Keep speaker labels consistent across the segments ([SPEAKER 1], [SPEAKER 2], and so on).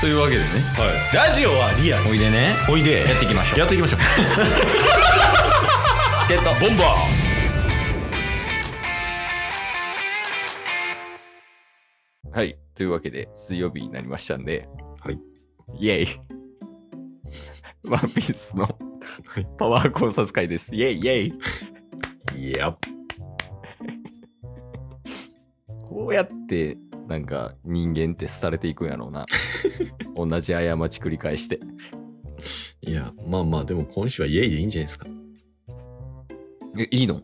[SPEAKER 1] というわけでね
[SPEAKER 2] ラジオはリアル
[SPEAKER 1] おいでね
[SPEAKER 2] おいで
[SPEAKER 1] やっていきましょう
[SPEAKER 2] やっていきましょう
[SPEAKER 1] チケットボンバーはいというわけで水曜日になりましたんで
[SPEAKER 2] はい
[SPEAKER 1] イエイ ワンピースのパワー考察会ですイエイイエイ
[SPEAKER 2] いや
[SPEAKER 1] こうやってなんか人間って廃れていくんやろう な同じ過ち繰り返して
[SPEAKER 2] いやまあまあでも今週はイエイでいいんじゃないですか
[SPEAKER 1] えいいの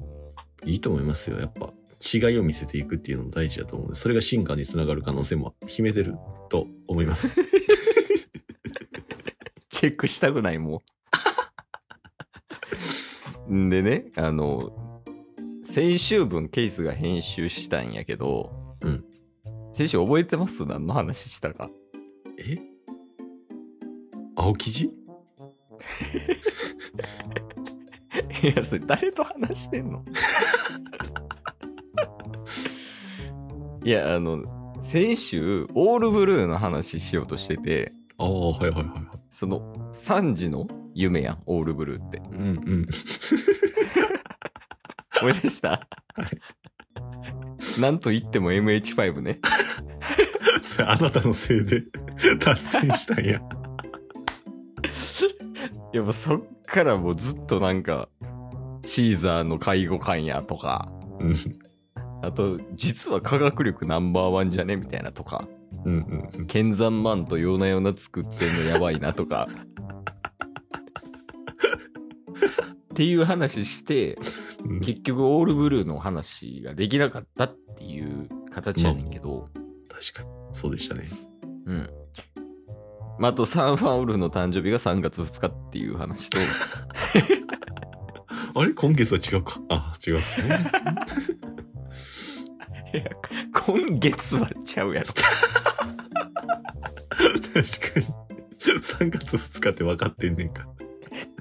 [SPEAKER 2] いいと思いますよやっぱ違いを見せていくっていうのも大事だと思うのでそれが進化につながる可能性も秘めてると思います
[SPEAKER 1] チェックしたくないもうんでねあの先週分ケイスが編集したんやけど、
[SPEAKER 2] うん
[SPEAKER 1] 先週覚えてます何の話したか
[SPEAKER 2] え青生地
[SPEAKER 1] いやそれ誰と話してん のいやあの先週オールブルーの話しようとしてて
[SPEAKER 2] ああはいはいはいはい
[SPEAKER 1] その3時の夢やん、オールブルーって。
[SPEAKER 2] うんうん
[SPEAKER 1] 思い出したなんと言っても MH5 ね。
[SPEAKER 2] それあなたのせい で達成したんや
[SPEAKER 1] いやもうそっからもうずっとなんか、シーザーの介護官やとか、
[SPEAKER 2] うん
[SPEAKER 1] あと、実は科学力ナンバーワンじゃねみたいなとか、
[SPEAKER 2] うんうんうん
[SPEAKER 1] 剣山マンとようなような作ってんのやばいなとか。っていう話して、
[SPEAKER 2] うん
[SPEAKER 1] 結局オールブルーの話ができなかったっていう形やねんけど、
[SPEAKER 2] 確かにそうでしたね
[SPEAKER 1] うん。まあ、あと、サンファンウルフの誕生日が3月2日っていう話と、
[SPEAKER 2] あれ今月は違うかあ違うっす ね
[SPEAKER 1] 今月はちゃうやろ。
[SPEAKER 2] 確かに3月2日って分かってんねんか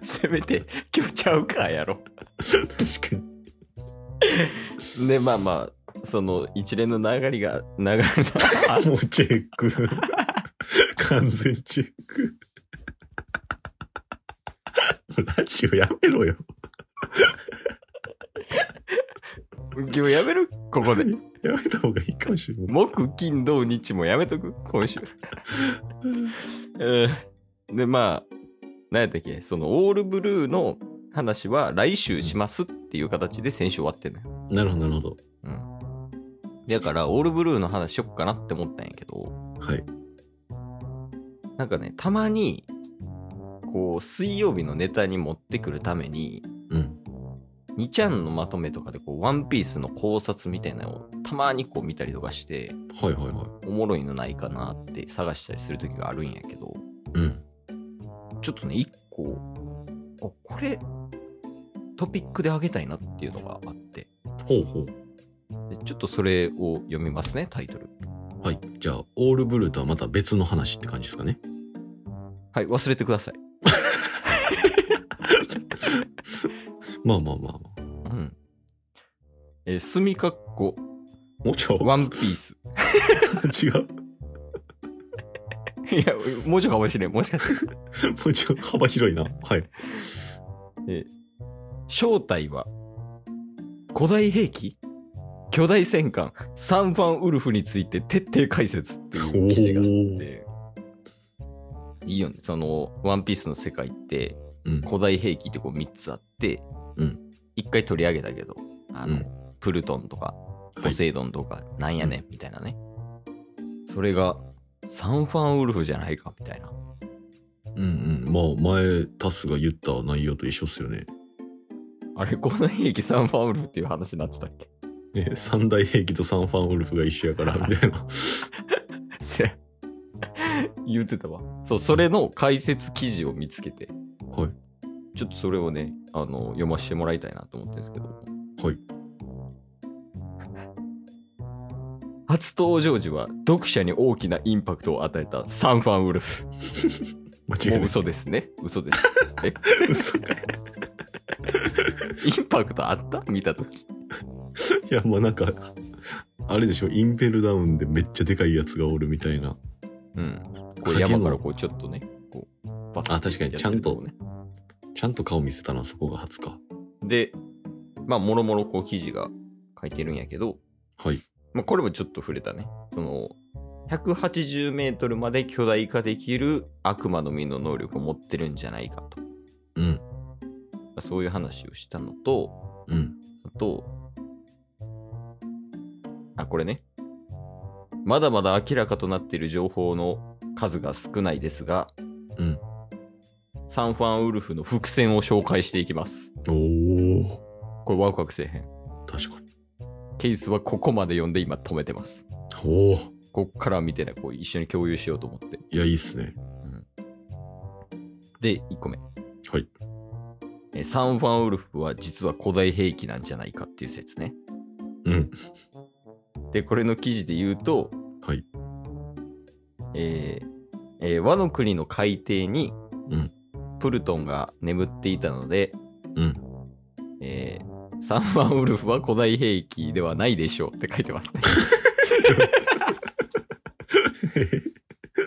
[SPEAKER 1] せめて、今日ちゃうかやろ。
[SPEAKER 2] 確かに
[SPEAKER 1] で、まあまあ、その一連の流れが、流れが、
[SPEAKER 2] あもうチェック完全チェックラジオやめろよ
[SPEAKER 1] 今日やめるここで。
[SPEAKER 2] やめた方がいいかもしれない
[SPEAKER 1] 木、金、土、日もやめとく今週。 うんで、まあ、何やったっけその、オールブルーの話は来週しますっていう形で先週終わってんのよ。
[SPEAKER 2] なるほどなるほど
[SPEAKER 1] うん。だから、オールブルーの話しよっかなって思ったんやけど、
[SPEAKER 2] はい
[SPEAKER 1] なんかね、たまに、こう、水曜日のネタに持ってくるために、
[SPEAKER 2] うん
[SPEAKER 1] 2ちゃんのまとめとかで、こう、ワンピースの考察みたいなのをたまにこう見たりとかして、
[SPEAKER 2] はいはいはい
[SPEAKER 1] おもろいのないかなって探したりする時があるんやけど、
[SPEAKER 2] うん
[SPEAKER 1] ちょっとね、1個、あこれ、トピックであげたいなっていうのがあって、
[SPEAKER 2] ほうほう
[SPEAKER 1] でちょっとそれを読みますね、タイトル。
[SPEAKER 2] はいじゃあオールブルーとはまた別の話って感じですかね
[SPEAKER 1] はい、忘れてください。
[SPEAKER 2] まあまあまあまあ
[SPEAKER 1] うん。えー、墨かっこ、
[SPEAKER 2] もうちょ
[SPEAKER 1] ワンピース。
[SPEAKER 2] 違う
[SPEAKER 1] いや、もうちょいかもしれん。もしかして。
[SPEAKER 2] もうちょ幅広いなはい
[SPEAKER 1] えー正体は古代兵器巨大戦艦サンファンウルフについて徹底解説っていう記事があっていいよねその「ワンピースの世界って
[SPEAKER 2] うん
[SPEAKER 1] 古代兵器ってこう3つあって、
[SPEAKER 2] うん
[SPEAKER 1] 1回取り上げたけどあの、
[SPEAKER 2] うん
[SPEAKER 1] プルトンとか
[SPEAKER 2] い
[SPEAKER 1] ポセイドンとかなんやねん、みたいなねそれがサンファンウルフじゃないかみたいな
[SPEAKER 2] うんうん。まあ、前、タスが言った内容と一緒っすよね。
[SPEAKER 1] あれ古代兵器サンファンウルフっていう話になってたっけ
[SPEAKER 2] ね、三大兵器とサンファンウルフが一緒やから、みたいな。
[SPEAKER 1] せや言うてたわそうそれの解説記事を見つけて
[SPEAKER 2] はい。
[SPEAKER 1] ちょっとそれをねあの読ませてもらいたいなと思ってるんですけど
[SPEAKER 2] はい
[SPEAKER 1] 初登場時は読者に大きなインパクトを与えたサンファンウルフ
[SPEAKER 2] 間
[SPEAKER 1] も
[SPEAKER 2] 違いうない。
[SPEAKER 1] 嘘ですね嘘です
[SPEAKER 2] 嘘か。い
[SPEAKER 1] インパクトあった見た時
[SPEAKER 2] や、まあなんか、あれでしょ、インペルダウンでめっちゃでかいやつがおるみたいな
[SPEAKER 1] うん。こう山からこうちょっとね、こう、バッと
[SPEAKER 2] あ確かに
[SPEAKER 1] やってる
[SPEAKER 2] ちゃんと
[SPEAKER 1] こね。
[SPEAKER 2] ちゃんと顔見せたのはそこが初か。
[SPEAKER 1] で、まあ、もろもろこう記事が書いてるんやけど、
[SPEAKER 2] はい。
[SPEAKER 1] まあ、これもちょっと触れたね。その、180メートルまで巨大化できる悪魔の実の能力を持ってるんじゃないかと。ま
[SPEAKER 2] うん。
[SPEAKER 1] あそういう話をしたのと、
[SPEAKER 2] うん。
[SPEAKER 1] あと、あ、これね。まだまだ明らかとなっている情報の数が少ないですが、
[SPEAKER 2] うん。
[SPEAKER 1] サンファンウルフの伏線を紹介していきます。
[SPEAKER 2] おお。
[SPEAKER 1] これワクワクせえへん。
[SPEAKER 2] 確かに。
[SPEAKER 1] ケースはここまで読んで今止めてます。
[SPEAKER 2] おお。
[SPEAKER 1] こっからは見てね、こう一緒に共有しようと思って。
[SPEAKER 2] いや、いいっすね。
[SPEAKER 1] で、1個目。
[SPEAKER 2] はい。
[SPEAKER 1] えサンファンウルフは実は古代兵器なんじゃないかっていう説ね。
[SPEAKER 2] うん。
[SPEAKER 1] で、これの記事で言うと、
[SPEAKER 2] はい。
[SPEAKER 1] えーえー和の国の海底に、
[SPEAKER 2] うん
[SPEAKER 1] プルトンが眠っていたので、
[SPEAKER 2] うん。
[SPEAKER 1] えーサンファンウルフは古代兵器ではないでしょうって書いてますね。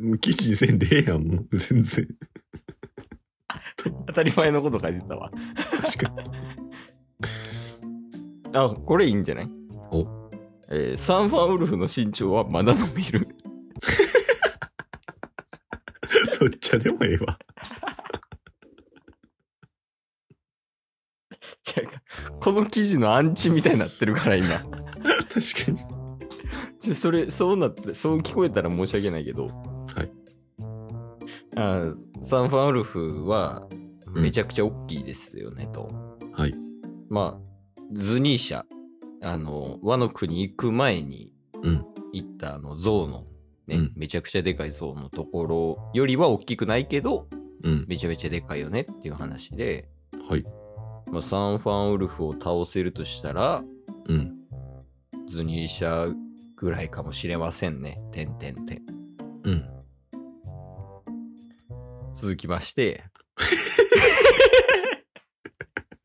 [SPEAKER 2] もう記事せんでええやん、もう。全然。
[SPEAKER 1] 当たり前のこと書いてたわ。
[SPEAKER 2] 確かに。
[SPEAKER 1] あ、これいいんじゃない
[SPEAKER 2] お
[SPEAKER 1] えーサンファンウルフの身長はまだ伸びる。
[SPEAKER 2] どっちでもええわ。
[SPEAKER 1] 違うかこの記事のアンチみたいになってるから今。
[SPEAKER 2] 確かに。
[SPEAKER 1] ちょそれ、そうなって、そう聞こえたら申し訳ないけど、
[SPEAKER 2] はい。
[SPEAKER 1] あサンファンウルフはめちゃくちゃ大きいですよね、と。
[SPEAKER 2] はい。
[SPEAKER 1] まあ、ズニーシャ、あの、和の国行く前に
[SPEAKER 2] うん。
[SPEAKER 1] 行ったあの像の、ね
[SPEAKER 2] うん
[SPEAKER 1] めちゃくちゃでかい像のところよりは大きくないけど、
[SPEAKER 2] うん。
[SPEAKER 1] めちゃめちゃでかいよねっていう話で、
[SPEAKER 2] はい。
[SPEAKER 1] まあ、サンファンウルフを倒せるとしたら、
[SPEAKER 2] うん。
[SPEAKER 1] ズニーシャぐらいかもしれませんね。てんてんてん。
[SPEAKER 2] うん。
[SPEAKER 1] 続きまして、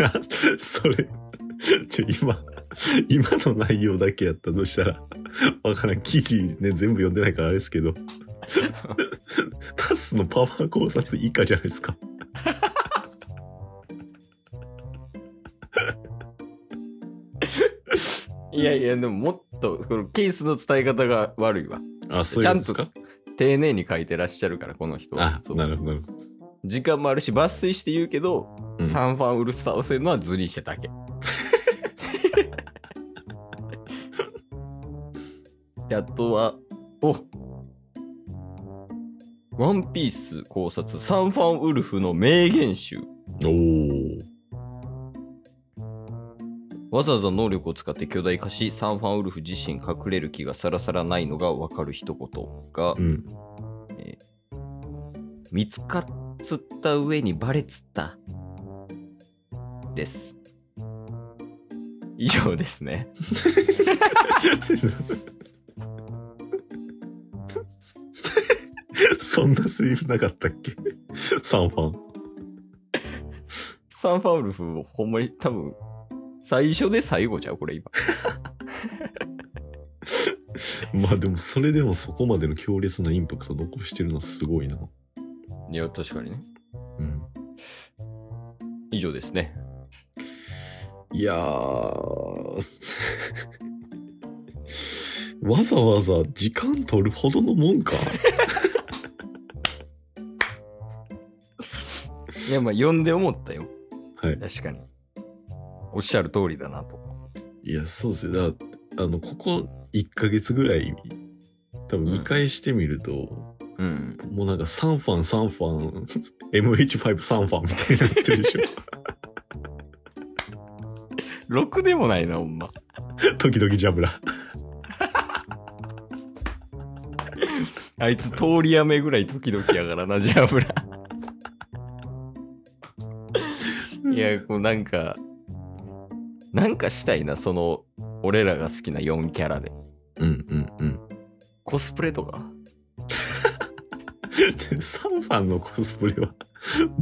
[SPEAKER 2] な、それ、ちょ、今、今の内容だけやったとしたら、わからん。記事ね、全部読んでないからあれです けど、タスのパワー考察以下じゃないですか。
[SPEAKER 1] いやいや、でももっと、このケースの伝え方が悪いわ。
[SPEAKER 2] あ、そう
[SPEAKER 1] ち
[SPEAKER 2] い
[SPEAKER 1] ゃ
[SPEAKER 2] うんこと
[SPEAKER 1] と
[SPEAKER 2] ですか
[SPEAKER 1] 丁寧に書いてらっしゃるから、この人は。
[SPEAKER 2] あ、
[SPEAKER 1] そう
[SPEAKER 2] なるほど、なるほ
[SPEAKER 1] 時間もあるし、抜粋して言うけど、
[SPEAKER 2] うん
[SPEAKER 1] サンファンウルス倒せるのはズニーシャだ け。であとは、おワンピース考察、サンファンウルフの名言集。
[SPEAKER 2] ど。おー。
[SPEAKER 1] わざわざ能力を使って巨大化し、サンファンウルフ自身隠れる気がさらさらないのがわかる一言が、
[SPEAKER 2] うん。
[SPEAKER 1] 見つかっつった上にバレつった。です。以上ですね。
[SPEAKER 2] そんなセリフなかったっけサンファン。
[SPEAKER 1] サンファウルフ、ほんまに多分、最初で最後じゃうこれ今。
[SPEAKER 2] まあでも、それでもそこまでの強烈なインパクト残してるのはすごいな。
[SPEAKER 1] いや、確かにね。
[SPEAKER 2] うん。
[SPEAKER 1] 以上ですね。
[SPEAKER 2] いやー わざわざ時間取るほどのもんか。
[SPEAKER 1] いや、まあ、読んで思ったよ。
[SPEAKER 2] はい。
[SPEAKER 1] 確かに。おっしゃる通りだなと。
[SPEAKER 2] いや、そうですね。だあの、ここ1ヶ月ぐらい、多分見返してみると、
[SPEAKER 1] うん。
[SPEAKER 2] もうなんかサンファン、サンファン、MH5 サンファンみたいになってるでしょ。
[SPEAKER 1] ろくでもないな、ほんま。
[SPEAKER 2] 時々ジャブラ。
[SPEAKER 1] あいつ通り雨ぐらい時々やからな、ジャブラ。いや、こうなんか、なんかしたいな、その、俺らが好きな4キャラで。
[SPEAKER 2] うんうんうん。
[SPEAKER 1] コスプレとか
[SPEAKER 2] サンファンのコスプレは、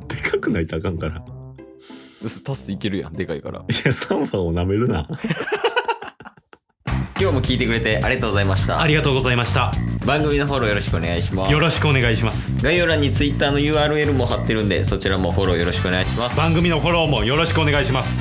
[SPEAKER 2] でかくないとあかんから。
[SPEAKER 1] 嘘タスいけるやん、でかいから。
[SPEAKER 2] いや、サンファンを舐めるな。
[SPEAKER 1] 今日も聞いてくれてありがとうございました
[SPEAKER 3] ありがとうございました
[SPEAKER 1] 番組のフォローよろしくお願いします
[SPEAKER 3] よろしくお願いします
[SPEAKER 1] 概要欄に Twitter の URL も貼ってるんでそちらもフォローよろしくお願いします
[SPEAKER 3] 番組のフォローもよろしくお願いします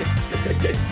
[SPEAKER 3] す